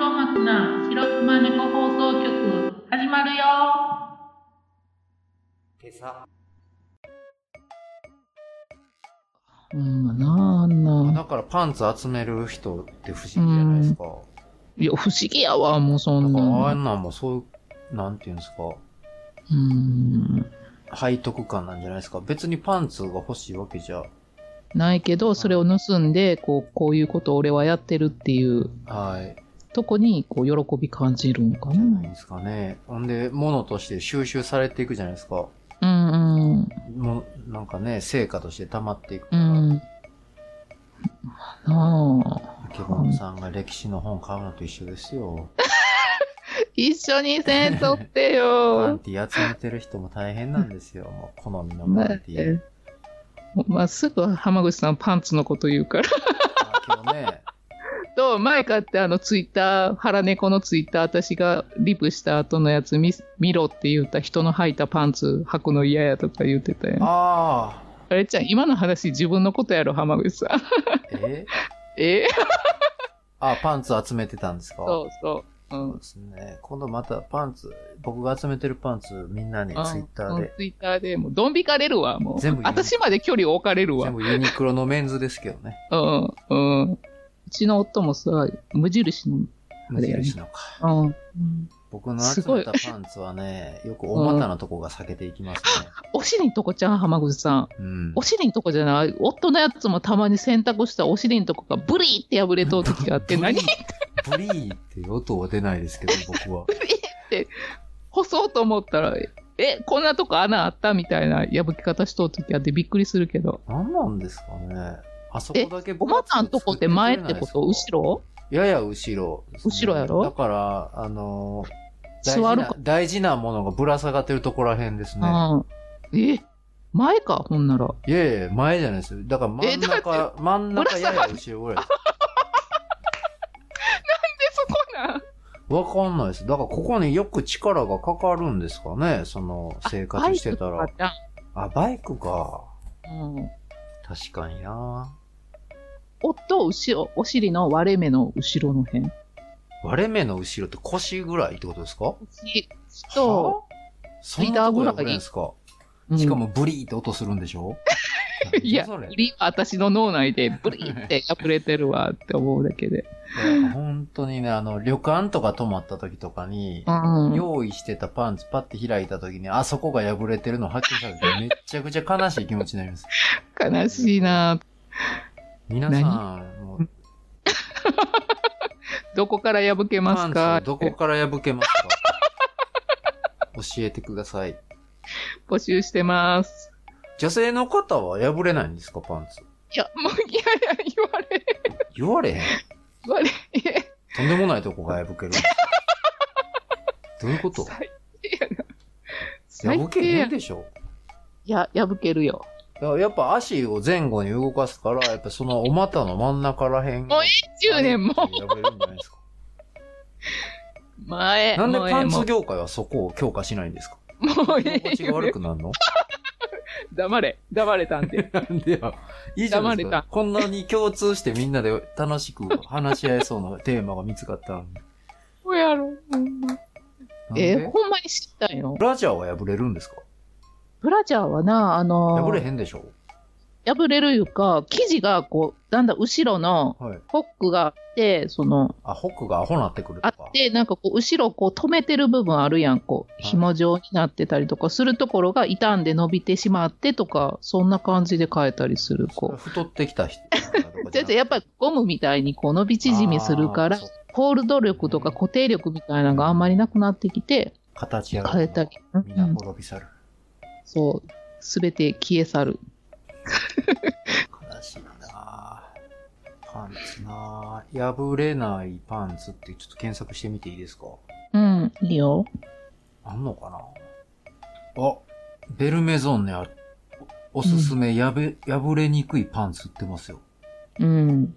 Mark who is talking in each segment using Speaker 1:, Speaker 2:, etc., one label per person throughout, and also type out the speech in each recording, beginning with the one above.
Speaker 1: な白熊猫放送局始まるよ
Speaker 2: 手さ
Speaker 3: うん、なあ、あんな。
Speaker 2: だからパンツ集める人って不思議じゃないですか。
Speaker 3: いや、不思議やわ、もうそ
Speaker 2: だ
Speaker 3: ん
Speaker 2: からあ
Speaker 3: なの。
Speaker 2: んなんもそういう、なんていうんですか、
Speaker 3: うん。
Speaker 2: 背徳感なんじゃないですか。別にパンツが欲しいわけじゃ、
Speaker 3: ないけど、それを盗んで、こう、こういうことを俺はやってるっていう
Speaker 2: はい、
Speaker 3: とこに、こう、喜び感じるんか
Speaker 2: じゃない
Speaker 3: な。
Speaker 2: ですかね。ほんで、物として収集されていくじゃないですか。
Speaker 3: うんうん。
Speaker 2: もう、なんかね、成果として溜まっていく
Speaker 3: う
Speaker 2: から、
Speaker 3: ん。なあ。
Speaker 2: あけぼのさんが歴史の本買うのと一緒ですよ。
Speaker 3: 一緒にせんとって
Speaker 2: パ
Speaker 3: よ
Speaker 2: ン。ティ集めてる人も大変なんですよ。もう、好みの
Speaker 3: ま
Speaker 2: パ
Speaker 3: あ
Speaker 2: ンティ。
Speaker 3: まあ、すぐ浜口さんパンツのこと言うから。
Speaker 2: あけどね、
Speaker 3: と、前買ってあのツイッター、腹猫のツイッター、私がリプした後のやつ見見ろって言った人の履いたパンツ履くの嫌やとか言ってたよ。 あ
Speaker 2: あ
Speaker 3: れちゃん、今の話自分のことやろ、浜口さん。
Speaker 2: あ、え
Speaker 3: え
Speaker 2: あ、パンツ集めてたんですか
Speaker 3: そうそう。う
Speaker 2: そうですね。今度またパンツ、僕が集めてるパンツ、みんなにツイ
Speaker 3: ん。
Speaker 2: ッターで。
Speaker 3: ツイッターで、もう、ドン引かれるわ、もう。
Speaker 2: 全部言う
Speaker 3: 私まで距離を置かれるわ
Speaker 2: 全。部ユニクロのメンズですけどね。
Speaker 3: うん、うん。うちの夫もさ、無印の。
Speaker 2: 無印のか。
Speaker 3: うん。
Speaker 2: 僕の集めたパンツはね、よくお股のとこが避けていきますね。
Speaker 3: お尻んとこちゃん、浜口さん。
Speaker 2: うん。
Speaker 3: お尻んとこじゃない夫のやつもたまに洗濯したらお尻んとこがブリーって破れとう時があ って、
Speaker 2: ブリ
Speaker 3: 何
Speaker 2: ーブリーって音は出ないですけど、僕は。
Speaker 3: 干そうと思ったら、え、こんなとこ穴あったみたいな破き方しとう時あってびっくりするけど。
Speaker 2: 何なんですかね。あそこだけ
Speaker 3: おばちゃんとこって前ってこと後ろ
Speaker 2: やや後ろですね、
Speaker 3: 後ろやろ
Speaker 2: だから、あのー大
Speaker 3: 座
Speaker 2: 事
Speaker 3: る
Speaker 2: な
Speaker 3: か、
Speaker 2: 大事なものがぶら下がってるとこら辺ですね。
Speaker 3: うん。え、前か、ほんな ら。
Speaker 2: いやいや、前じゃないですよ。だから真ん
Speaker 3: えだ
Speaker 2: 中、真ん中やや後ろぐらいです。
Speaker 3: で、そこなん。
Speaker 2: わかんないです。だからここによく力がかかるんですかね、その生活してた
Speaker 3: バ
Speaker 2: ら
Speaker 3: イ。クとか
Speaker 2: あ、バイクか。
Speaker 3: じゃんうん。
Speaker 2: 確かにな
Speaker 3: 夫、後ろ、お尻の割れ目の後ろの辺。
Speaker 2: 割れ目の後ろって腰ぐらいってことですか
Speaker 3: 腰と、
Speaker 2: はあそんなとこやるんですか、
Speaker 3: うん
Speaker 2: しかもブリーって音するんでしょ
Speaker 3: いや、
Speaker 2: 何それ
Speaker 3: ブリは私の脳内 でブリって破れてるわって思うだけで。
Speaker 2: なんか本当にね、あの、旅館とか泊まった時とかに、
Speaker 3: うん。
Speaker 2: 用意してたパンツパッて開いた時に、あそこが破れてるの発見されて、めっちゃくちゃ悲しい気持ちになります。
Speaker 3: 悲しいな
Speaker 2: 皆さん、もう
Speaker 3: どこから破けま
Speaker 2: パ
Speaker 3: す
Speaker 2: ンツ
Speaker 3: か
Speaker 2: をどこから破けますか 教えてください。
Speaker 3: 募集してます。
Speaker 2: 女性の方は破れないんですか、パンツ。
Speaker 3: いや、もう、いやいや、言われ、
Speaker 2: 言われへん。
Speaker 3: 言われ、いやい
Speaker 2: とんでもないとこが破ける んです。どういうこと
Speaker 3: 最低やな。
Speaker 2: 破
Speaker 3: 最
Speaker 2: け
Speaker 3: 低
Speaker 2: へ
Speaker 3: や
Speaker 2: ん
Speaker 3: な。い
Speaker 2: でしょ。
Speaker 3: や、破けるよ。
Speaker 2: いややっぱ足を前後に動かすから、やっぱそのお股の真ん中らへん。
Speaker 3: もう10年も
Speaker 2: 破れるんじゃないですか。
Speaker 3: 前、
Speaker 2: なんで
Speaker 3: もうええ
Speaker 2: パンツ業界はそこを強化しないんですか
Speaker 3: もう
Speaker 2: 居
Speaker 3: ええ
Speaker 2: 心地が悪くなるの
Speaker 3: 黙れ、黙れ たんで。
Speaker 2: なん でや。いいじゃないで
Speaker 3: 黙れ
Speaker 2: す
Speaker 3: た
Speaker 2: か。こんなに共通してみんなで楽しく話し合えそうなテーマが見つかったのに。
Speaker 3: そうやろ、ほんま。
Speaker 2: なんで
Speaker 3: えー、ほんまに知ったんよ
Speaker 2: ブ。ラジャーは破れるんですか
Speaker 3: ブラジャーはな、あのー
Speaker 2: 破れへんでしょ
Speaker 3: 破れるいうか、生地がこう、だんだん後ろの
Speaker 2: はい。
Speaker 3: ホックがあって、その、
Speaker 2: あ、ホックがアホなってくる
Speaker 3: あ
Speaker 2: と
Speaker 3: っ
Speaker 2: か。
Speaker 3: て、なんかこう、後ろこう止めてる部分あるやん、こう、
Speaker 2: い
Speaker 3: 紐状になってたりとか、するところが傷んで伸びてしまってとか、そんな感じで変えたりする、こう。
Speaker 2: 太ってきた人。
Speaker 3: じゃじゃやっぱりゴムみたいにこう伸び縮みするから
Speaker 2: あーそっ、
Speaker 3: ホールド力とか固定力みたいなのがあんまりなくなってきて、
Speaker 2: 形や
Speaker 3: 変えたり。うん
Speaker 2: みんな滅び去る。
Speaker 3: そう。すべて消え去る。
Speaker 2: 悲しいなぁパンツなぁ破れないパンツってちょっと検索してみていいですか
Speaker 3: うん、いいよ。
Speaker 2: あんのかなあ、ベルメゾンね、あおおすすめ、やべ、破れにくいパンツ売ってますよ。
Speaker 3: うん。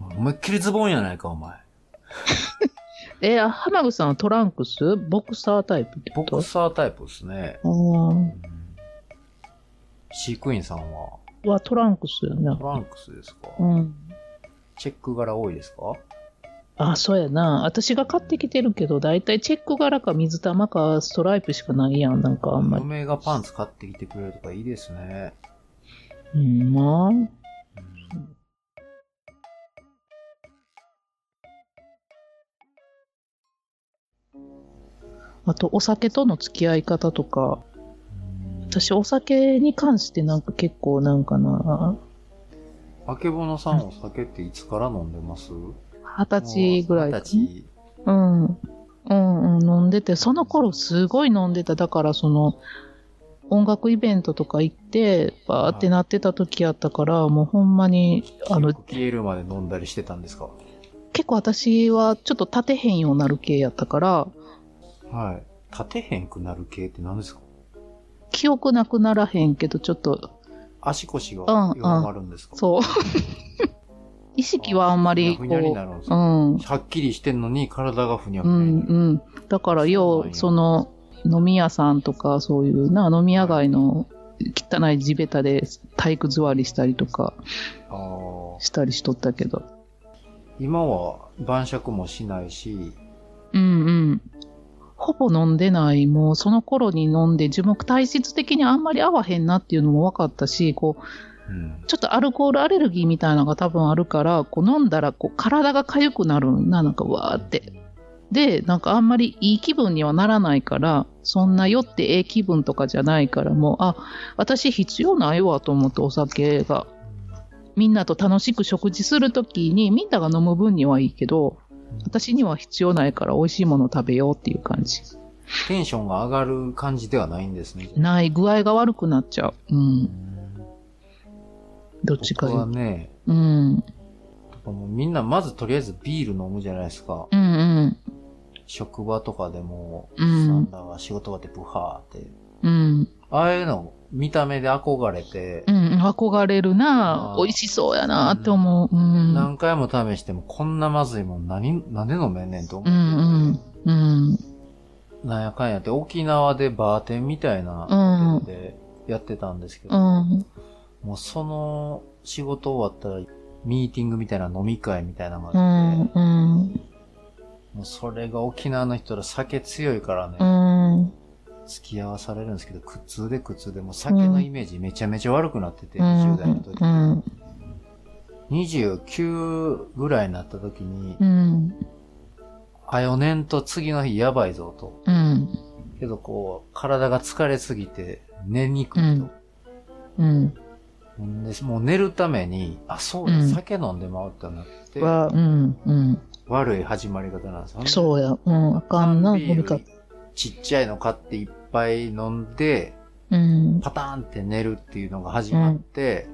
Speaker 2: 思いっきりズボンやないか、お前。
Speaker 3: え、浜口さんはトランクスボクサータイプって
Speaker 2: ボ
Speaker 3: こと
Speaker 2: クサータイプですね。
Speaker 3: あー
Speaker 2: うん飼育員さんは、
Speaker 3: はトランクスよね
Speaker 2: ト。ランクスですか
Speaker 3: うん。
Speaker 2: チェック柄多いですか
Speaker 3: あ、そうやな。私が買ってきてるけど、だいたいチェック柄か水玉かストライプしかないやん。なんかあんまり。
Speaker 2: 嫁がパンツ買ってきてくれるとかいいですね。
Speaker 3: うん、まあ。
Speaker 2: うん
Speaker 3: あと、お酒との付き合い方とか。私、お酒に関してなんか結構なんかな。
Speaker 2: あけぼのさんお酒っていつから飲んでます
Speaker 3: 二十歳ぐらいか
Speaker 2: 二十
Speaker 3: なうん。うんうん、飲んでて、その頃すごい飲んでた。だからその、音楽イベントとか行って、バーってなってた時やったから、もうほんまに、あ
Speaker 2: 歳。
Speaker 3: の
Speaker 2: 結、構消えるまで飲んだりしてたんですか
Speaker 3: 結構私はちょっと立てへんようになる系やったから、
Speaker 2: はい。立てへんくなる系って何ですか
Speaker 3: 記憶なくならへんけど、ちょっと、
Speaker 2: 足腰が
Speaker 3: うんうん
Speaker 2: 弱まるんですか、
Speaker 3: そう。 意識はあんまり、こ
Speaker 2: ふにゃふにゃになるんです
Speaker 3: う、う
Speaker 2: か、
Speaker 3: ん、
Speaker 2: はっきりしてんのに体がふにゃふ
Speaker 3: う
Speaker 2: にゃに
Speaker 3: ん、
Speaker 2: なる。
Speaker 3: うん。だから、よ
Speaker 2: そうなん
Speaker 3: う、
Speaker 2: や
Speaker 3: その、飲み屋さんとか、そういうな、飲み屋街の汚い地べたで体育座りしたりとか
Speaker 2: あー
Speaker 3: したりしとったけど。
Speaker 2: 今は晩酌もしないし、
Speaker 3: うんうん。ほぼ飲んでない。もうその頃に飲んで、樹木体質的にあんまり合わへんなっていうのも分かったし、こう、
Speaker 2: うん、
Speaker 3: ちょっとアルコールアレルギーみたいなのが多分あるから、こう飲んだらこう体が痒くなるんな、なんかわーって。で、なんかあんまりいい気分にはならないから、そんな酔ってええ気分とかじゃないから、もう、あ、私必要ないわと思ってお酒が。みんなと楽しく食事するときに、みんなが飲む分にはいいけど、私には必要ないから美味しいもの食べようっていう感じ。
Speaker 2: テンションが上がる感じではないんですね。
Speaker 3: ない、具合が悪くなっちゃう。う。
Speaker 2: うんん
Speaker 3: どっちか
Speaker 2: 僕
Speaker 3: 言
Speaker 2: は
Speaker 3: う。
Speaker 2: ね、
Speaker 3: うん。
Speaker 2: もうみんなまずとりあえずビール飲むじゃないですか。
Speaker 3: うんうん。
Speaker 2: 職場とかでも、
Speaker 3: うん
Speaker 2: サンダーが仕事終わってブハーって。
Speaker 3: うん。
Speaker 2: ああいうの見た目で憧れて
Speaker 3: う、ん。憧れるな
Speaker 2: あー
Speaker 3: 美味しそうやなって思う。うん。
Speaker 2: 何回も試してもこんなまずいもん何、なんで飲めんねんと思
Speaker 3: う
Speaker 2: って
Speaker 3: んうん。うん。
Speaker 2: て、なんやかんやって沖縄でバーテンみたいなホテルでやってたんですけ
Speaker 3: う
Speaker 2: ど、
Speaker 3: ん。
Speaker 2: もうその仕事終わったらミーティングみたいな飲み会みたいなの
Speaker 3: う
Speaker 2: があって
Speaker 3: ん。うん。
Speaker 2: もうそれが沖縄の人ら酒強いからね、
Speaker 3: うん。
Speaker 2: 付き合わされるんですけど、苦痛で苦痛で、もう酒のイメージめちゃめちゃ悪くなってて、20代の時。
Speaker 3: うん。
Speaker 2: 29ぐらいになった時に
Speaker 3: う、ん。
Speaker 2: あ、4年と次の日やばいぞと。
Speaker 3: うん。
Speaker 2: けどこう、体が疲れすぎて寝にくいと。
Speaker 3: うん。
Speaker 2: んでもう寝るために、あ、そうだ、
Speaker 3: うん
Speaker 2: 酒飲んで回ったなって、
Speaker 3: は、うん。うん。
Speaker 2: 悪い始まり方なんですよね。
Speaker 3: そうや。うん。あかんな、
Speaker 2: 缶ビ
Speaker 3: 飲み
Speaker 2: ー
Speaker 3: 方
Speaker 2: ル。ちっちゃいの買っていっぱい飲んで、
Speaker 3: うん。
Speaker 2: パターンって寝るっていうのが始まって、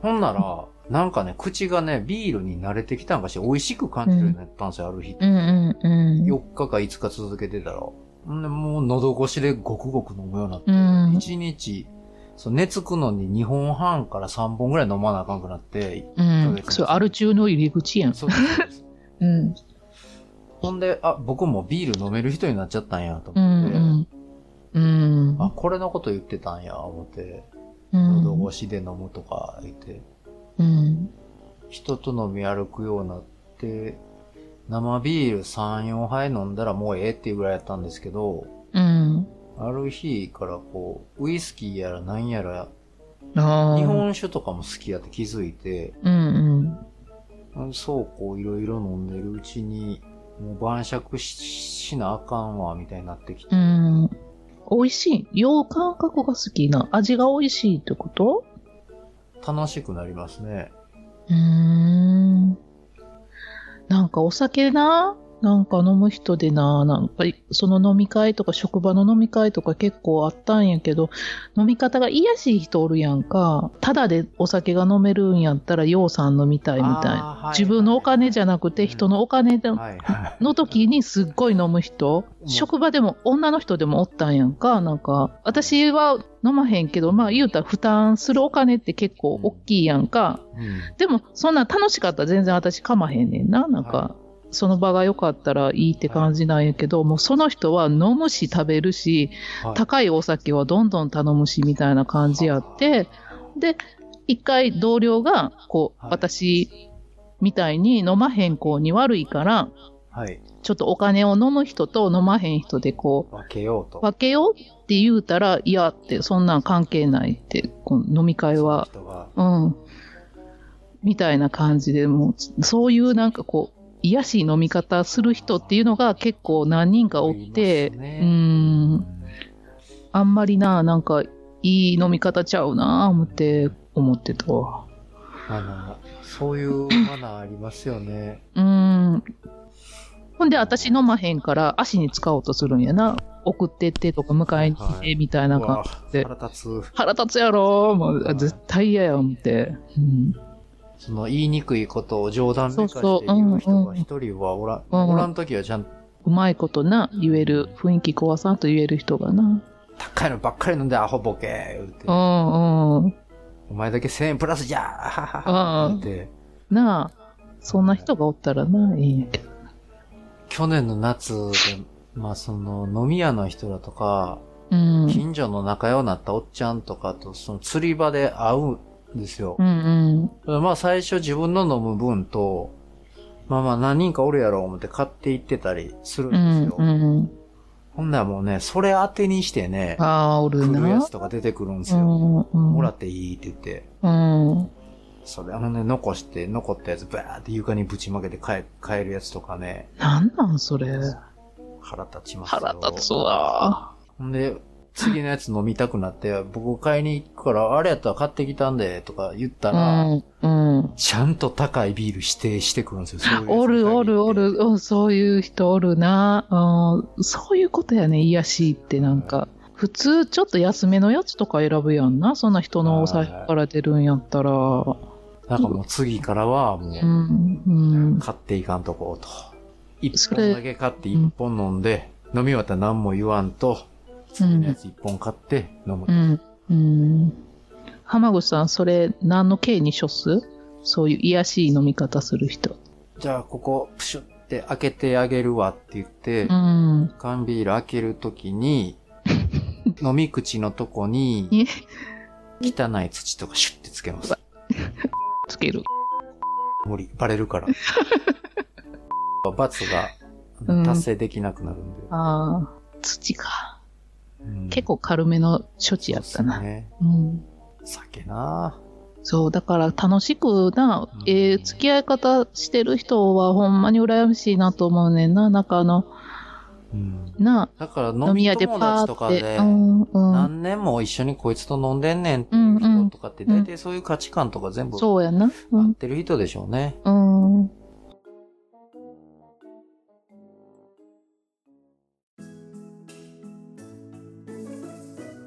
Speaker 2: ほんなら、なんかね、口がね、ビールに慣れてきたんかし、美味しく感じるようになったんですよ、ある日。
Speaker 3: うんうんうん。
Speaker 2: 4日か5日続けてたら。んで、もう喉越しでごくごく飲むようになって、
Speaker 3: うん
Speaker 2: 1日、そう寝つくのに2本半から3本ぐらい飲まなあかんくなって、
Speaker 3: うん。そう、アル中の入り口やん。
Speaker 2: そうですそう です。
Speaker 3: うん。
Speaker 2: ほんで、あ、僕もビール飲める人になっちゃったんやと
Speaker 3: う
Speaker 2: 思って、
Speaker 3: ん。うん。
Speaker 2: あ、これのこと言ってたんや、思って、
Speaker 3: うん。
Speaker 2: 喉越しで飲むとか言って、
Speaker 3: うん。
Speaker 2: 人と飲み歩くようになって、生ビール3、4杯飲んだらもうええっていうぐらいやったんですけど、
Speaker 3: うん。
Speaker 2: ある日からこう、ウイスキーやら何やら、
Speaker 3: ああ。
Speaker 2: 日本酒とかも好きやって気づいて、
Speaker 3: うん
Speaker 2: うんそうこういろいろ飲んでるうちに、もう晩酌ししなあかんわ、みたいになってきて
Speaker 3: う。ん。うん。美味しい。洋感覚が好きな。味が美味しいってこと
Speaker 2: 楽しくなりますね。
Speaker 3: うーん。なんかお酒な、なんか飲む人でな、なんかいその飲み会とか職場の飲み会とか結構あったんやけど、飲み方がいやしい人おるやんか、ただでお酒が飲めるんやったらようさん飲みたいみたいな。
Speaker 2: あーはい
Speaker 3: 自分のお金じゃなくて人のお金で
Speaker 2: はいはい。
Speaker 3: の時にすっごい飲む人、
Speaker 2: うん
Speaker 3: 職場でも女の人でもおったんやんか、なんか、私は飲まへんけど、まあ言うたら負担するお金って結構大きいやんか。
Speaker 2: うん
Speaker 3: でも、そんなん楽しかったら全然私かまへんねんな、なんか。
Speaker 2: は
Speaker 3: その場が良かったらいいって感じなんやけど、もうその人は飲むし食べるし、
Speaker 2: はい
Speaker 3: 高いお酒はどんどん頼むしみたいな感じやって、で、一回同僚が、こう、
Speaker 2: はい
Speaker 3: 私、みたいに飲まへん子に悪いから、
Speaker 2: はい。
Speaker 3: ちょっとお金を飲む人と飲まへん人でこう、
Speaker 2: 分けようと。
Speaker 3: 分けようって言うたら、いやって、そんなん関係ないって、この飲み会は
Speaker 2: 人が。
Speaker 3: うん。みたいな感じで、もう、そういうなんかこう、癒やしい飲み方する人っていうのが結構何人かおっ
Speaker 2: い
Speaker 3: て、
Speaker 2: ますね
Speaker 3: うん。あんまりな、なんか、いい飲み方ちゃうなぁ、思って、思ってたわ。
Speaker 2: あの、そういうマナーありますよね。
Speaker 3: うん。ほんで、私飲まへんから、足に使おうとするんやな。送ってってとか、迎えに行っ
Speaker 2: はい
Speaker 3: て、みたいな
Speaker 2: う
Speaker 3: 感
Speaker 2: わ
Speaker 3: じ。で
Speaker 2: 腹立つ。
Speaker 3: 腹立つやろもう、あ絶対嫌や、思って。うん。
Speaker 2: その言いにくいことを冗談めかし
Speaker 3: そ
Speaker 2: て
Speaker 3: うそう
Speaker 2: 言う人
Speaker 3: うんう
Speaker 2: が
Speaker 3: ん
Speaker 2: 一人はおらん、
Speaker 3: うん
Speaker 2: おらんときはちゃんと
Speaker 3: うまいことな、言える、雰囲気壊さんと言える人がな。
Speaker 2: 高いのばっかり飲んでアホボケ言うて、
Speaker 3: うんうん。
Speaker 2: お前だけ1000円プラスじゃあははは
Speaker 3: う
Speaker 2: 言
Speaker 3: ん
Speaker 2: うて、
Speaker 3: なあ、そんな人がおったらな、いいんやけど。
Speaker 2: 去年の夏で、まあその飲み屋の人だとか、
Speaker 3: うん。うん
Speaker 2: 近所の仲良くなったおっちゃんとかとその釣り場で会うんですよ
Speaker 3: う。ん。
Speaker 2: まあ最初自分の飲む分と、まあまあ何人かおるやろう思って買って行ってたりするん
Speaker 3: う
Speaker 2: です
Speaker 3: ん
Speaker 2: よ。
Speaker 3: うん。
Speaker 2: ほんならもうね、それ当てにしてね、
Speaker 3: ああ、お
Speaker 2: 来
Speaker 3: る
Speaker 2: るや
Speaker 3: な
Speaker 2: つ。とか出てくるんです
Speaker 3: う
Speaker 2: よ。
Speaker 3: んうん。
Speaker 2: もらっていいって言って、
Speaker 3: うん。
Speaker 2: それ、あのね、残して、残ったやつ、バーって床にぶちまけて帰帰るやつとかね、
Speaker 3: なんなん、それ。
Speaker 2: 腹立ちますよ。
Speaker 3: 腹立つ。わ。
Speaker 2: ほんで、次のやつ飲みたくなって、僕買いに行くから、あれやったら買ってきたんで、とか言った
Speaker 3: う
Speaker 2: ら、
Speaker 3: ん。うん。
Speaker 2: ちゃんと高いビール指定してくるんですよ。そういうやつに限って
Speaker 3: おるおるお。る、うん、そういう人おるな。うん。そういうことやね、癒やしいってなんか。普通、ちょっと安めのやつとか選ぶやんな。そんな人のお財布から出るんやったら。
Speaker 2: なんかもう次からは、も
Speaker 3: う
Speaker 2: う、
Speaker 3: ん。うん。
Speaker 2: 買っていかんとこうと。一
Speaker 3: そ
Speaker 2: 本
Speaker 3: れ
Speaker 2: だけ買って一本飲んで、飲み終わったら何も言わんと、次のやつ一本買って飲む
Speaker 3: う。ん。うん。浜口さん、それ、何の刑に処すそういう癒やしい飲み方する人。
Speaker 2: じゃあ、ここ、プシュって開けてあげるわって言って、
Speaker 3: うん。
Speaker 2: 缶ビール開けるときに、 飲み口のとこに
Speaker 3: に、
Speaker 2: 汚い土とかシュッてつけます。
Speaker 3: つける。
Speaker 2: 無理、バレる から。罰が
Speaker 3: うん
Speaker 2: 達成できなくなるんで。
Speaker 3: ああ、土か。
Speaker 2: うん
Speaker 3: 結構軽めの処置やった
Speaker 2: そうで
Speaker 3: な。
Speaker 2: すね
Speaker 3: うん。
Speaker 2: 酒な
Speaker 3: そう、だから楽しくな
Speaker 2: うん、
Speaker 3: ええ付き合い方してる人はほんまに羨ましいなと思うねんな。なんかあの、
Speaker 2: うん
Speaker 3: な、
Speaker 2: だから飲
Speaker 3: 飲み
Speaker 2: み
Speaker 3: 屋で
Speaker 2: 友
Speaker 3: パ
Speaker 2: 達と
Speaker 3: ー
Speaker 2: か
Speaker 3: って、
Speaker 2: で
Speaker 3: う、ん、うん。
Speaker 2: 何年も一緒にこいつと飲んでんねんっていう人とかって、
Speaker 3: うんうん
Speaker 2: 大体そういう価値観とか全部合
Speaker 3: そうやな。う
Speaker 2: っ
Speaker 3: ん。
Speaker 2: てる人でしょうね。
Speaker 3: うん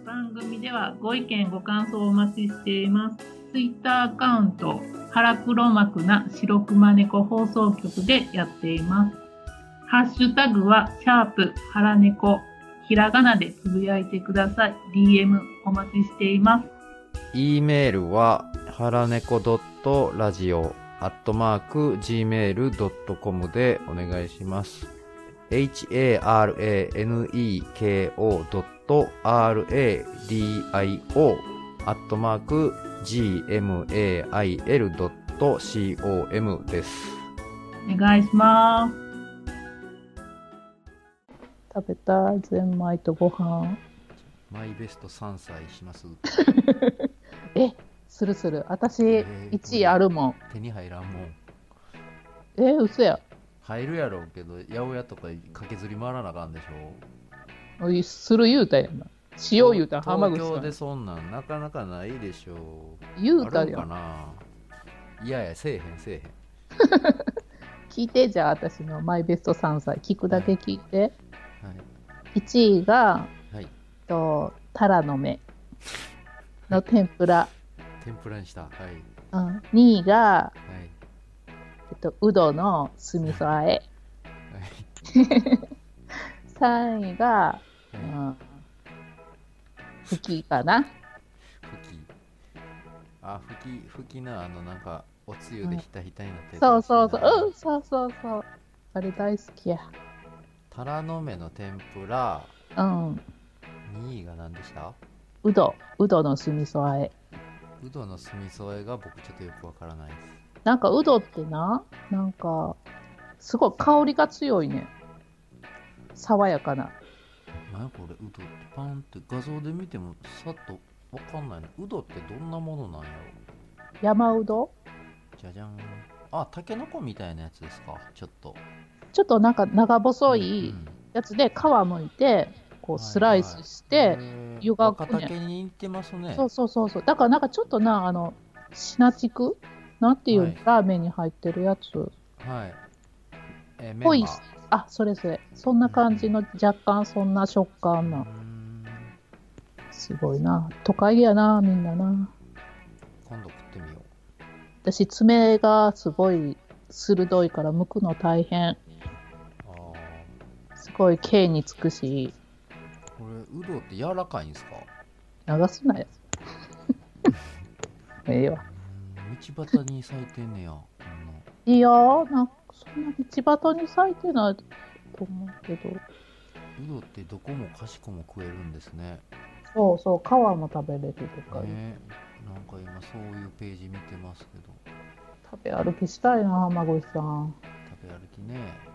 Speaker 1: 番組ではご意見ご感想をお待ちしています。ツイッターアカウント「ハラクロマクな白熊猫放送局」でやっています。ハッシュタグは「シャープハラネコ」ひらがなでつぶやいてください。DM お待ちしています。
Speaker 2: E メールは、はらねこ .radio アットマーク gmail.com でお願いします。haraneko.radio アットマーク gmail.com です。
Speaker 1: お願いします。
Speaker 3: 食べたい、ゼンマイとご飯。
Speaker 2: マイベスト3歳します。
Speaker 3: するする。私、
Speaker 2: えー
Speaker 3: 1位あるもん。
Speaker 2: 手に入らんもん。
Speaker 3: えー、嘘や。
Speaker 2: 入るやろうけど、八百屋とか駆けずり回らなあかんでしょ。
Speaker 3: おいする言うたやんな。しよう言うたら浜口
Speaker 2: 東
Speaker 3: さ
Speaker 2: 京で
Speaker 3: ん。
Speaker 2: そんなんなかなかないでしょう
Speaker 3: 言う
Speaker 2: あ
Speaker 3: た
Speaker 2: るん
Speaker 3: や
Speaker 2: か
Speaker 3: ん。
Speaker 2: ないやいやせえへんせえへん
Speaker 3: 聞いて、じゃあ私のマイベスト3歳。聞くだけ聞いて。
Speaker 2: はい
Speaker 3: 1位が、
Speaker 2: はい
Speaker 3: えっと、タラの芽の天ぷら。
Speaker 2: 天ぷらにしたはい
Speaker 3: うん、2位が、
Speaker 2: はい
Speaker 3: えっと、うどの酢味噌あえ。3位が、う
Speaker 2: はいはい
Speaker 3: ん、ふきかな。
Speaker 2: ふきあふきふきなあのなんかおつゆでひたひたになってる
Speaker 3: そうそうそう。うん、そうそうそう。あれ大好きや。
Speaker 2: タラの芽の天ぷら
Speaker 3: うん。
Speaker 2: 2位が何でした
Speaker 3: うど、うどの酢味噌あえ。
Speaker 2: うどの酢味噌和えが僕ちょっとよくわからないです
Speaker 3: なんかウドってな、なんか、すごい香りが強いね。爽やかな。
Speaker 2: 何やこれウドってパンって画像で見てもさっとわかんないなウドってどんなものなんやろ
Speaker 3: 山うど
Speaker 2: じゃじゃんあタケノコみたいなやつですかちょっと
Speaker 3: ちょっとなんか長細
Speaker 2: う
Speaker 3: い
Speaker 2: ん
Speaker 3: やつで皮むいて、こうスライスして、
Speaker 2: はいはい
Speaker 3: 湯がくね
Speaker 2: 若竹に似てますね
Speaker 3: そうそうそうそう。だからなんかちょっとな、あの、シナチクなんていう、
Speaker 2: はい
Speaker 3: ラーメンに入ってるやつ。
Speaker 2: はいえー、メン
Speaker 3: ぽ
Speaker 2: マ
Speaker 3: いあ、それそれ。そんな感じの若干そんな食感
Speaker 2: うー
Speaker 3: な。
Speaker 2: ん
Speaker 3: すごいな。都会やな、みんなな。
Speaker 2: 今度食ってみよう
Speaker 3: 私、爪がすごい鋭いから剥くの大変。
Speaker 2: あー
Speaker 3: すごい軽につくし、
Speaker 2: これウドって柔らかいんですか
Speaker 3: 流すなやつ。 ええわ。
Speaker 2: うん道端に咲いてんねやこんない
Speaker 3: やー、なんかそんな道端に咲いてないと思うけど。
Speaker 2: ウドってどこもかしこも食えるんですね
Speaker 3: そうそう、皮も食べれるとか、
Speaker 2: ねなんか今そういうページ見てますけど
Speaker 3: 食べ歩きしたいな、浜口さん。
Speaker 2: 食べ歩きね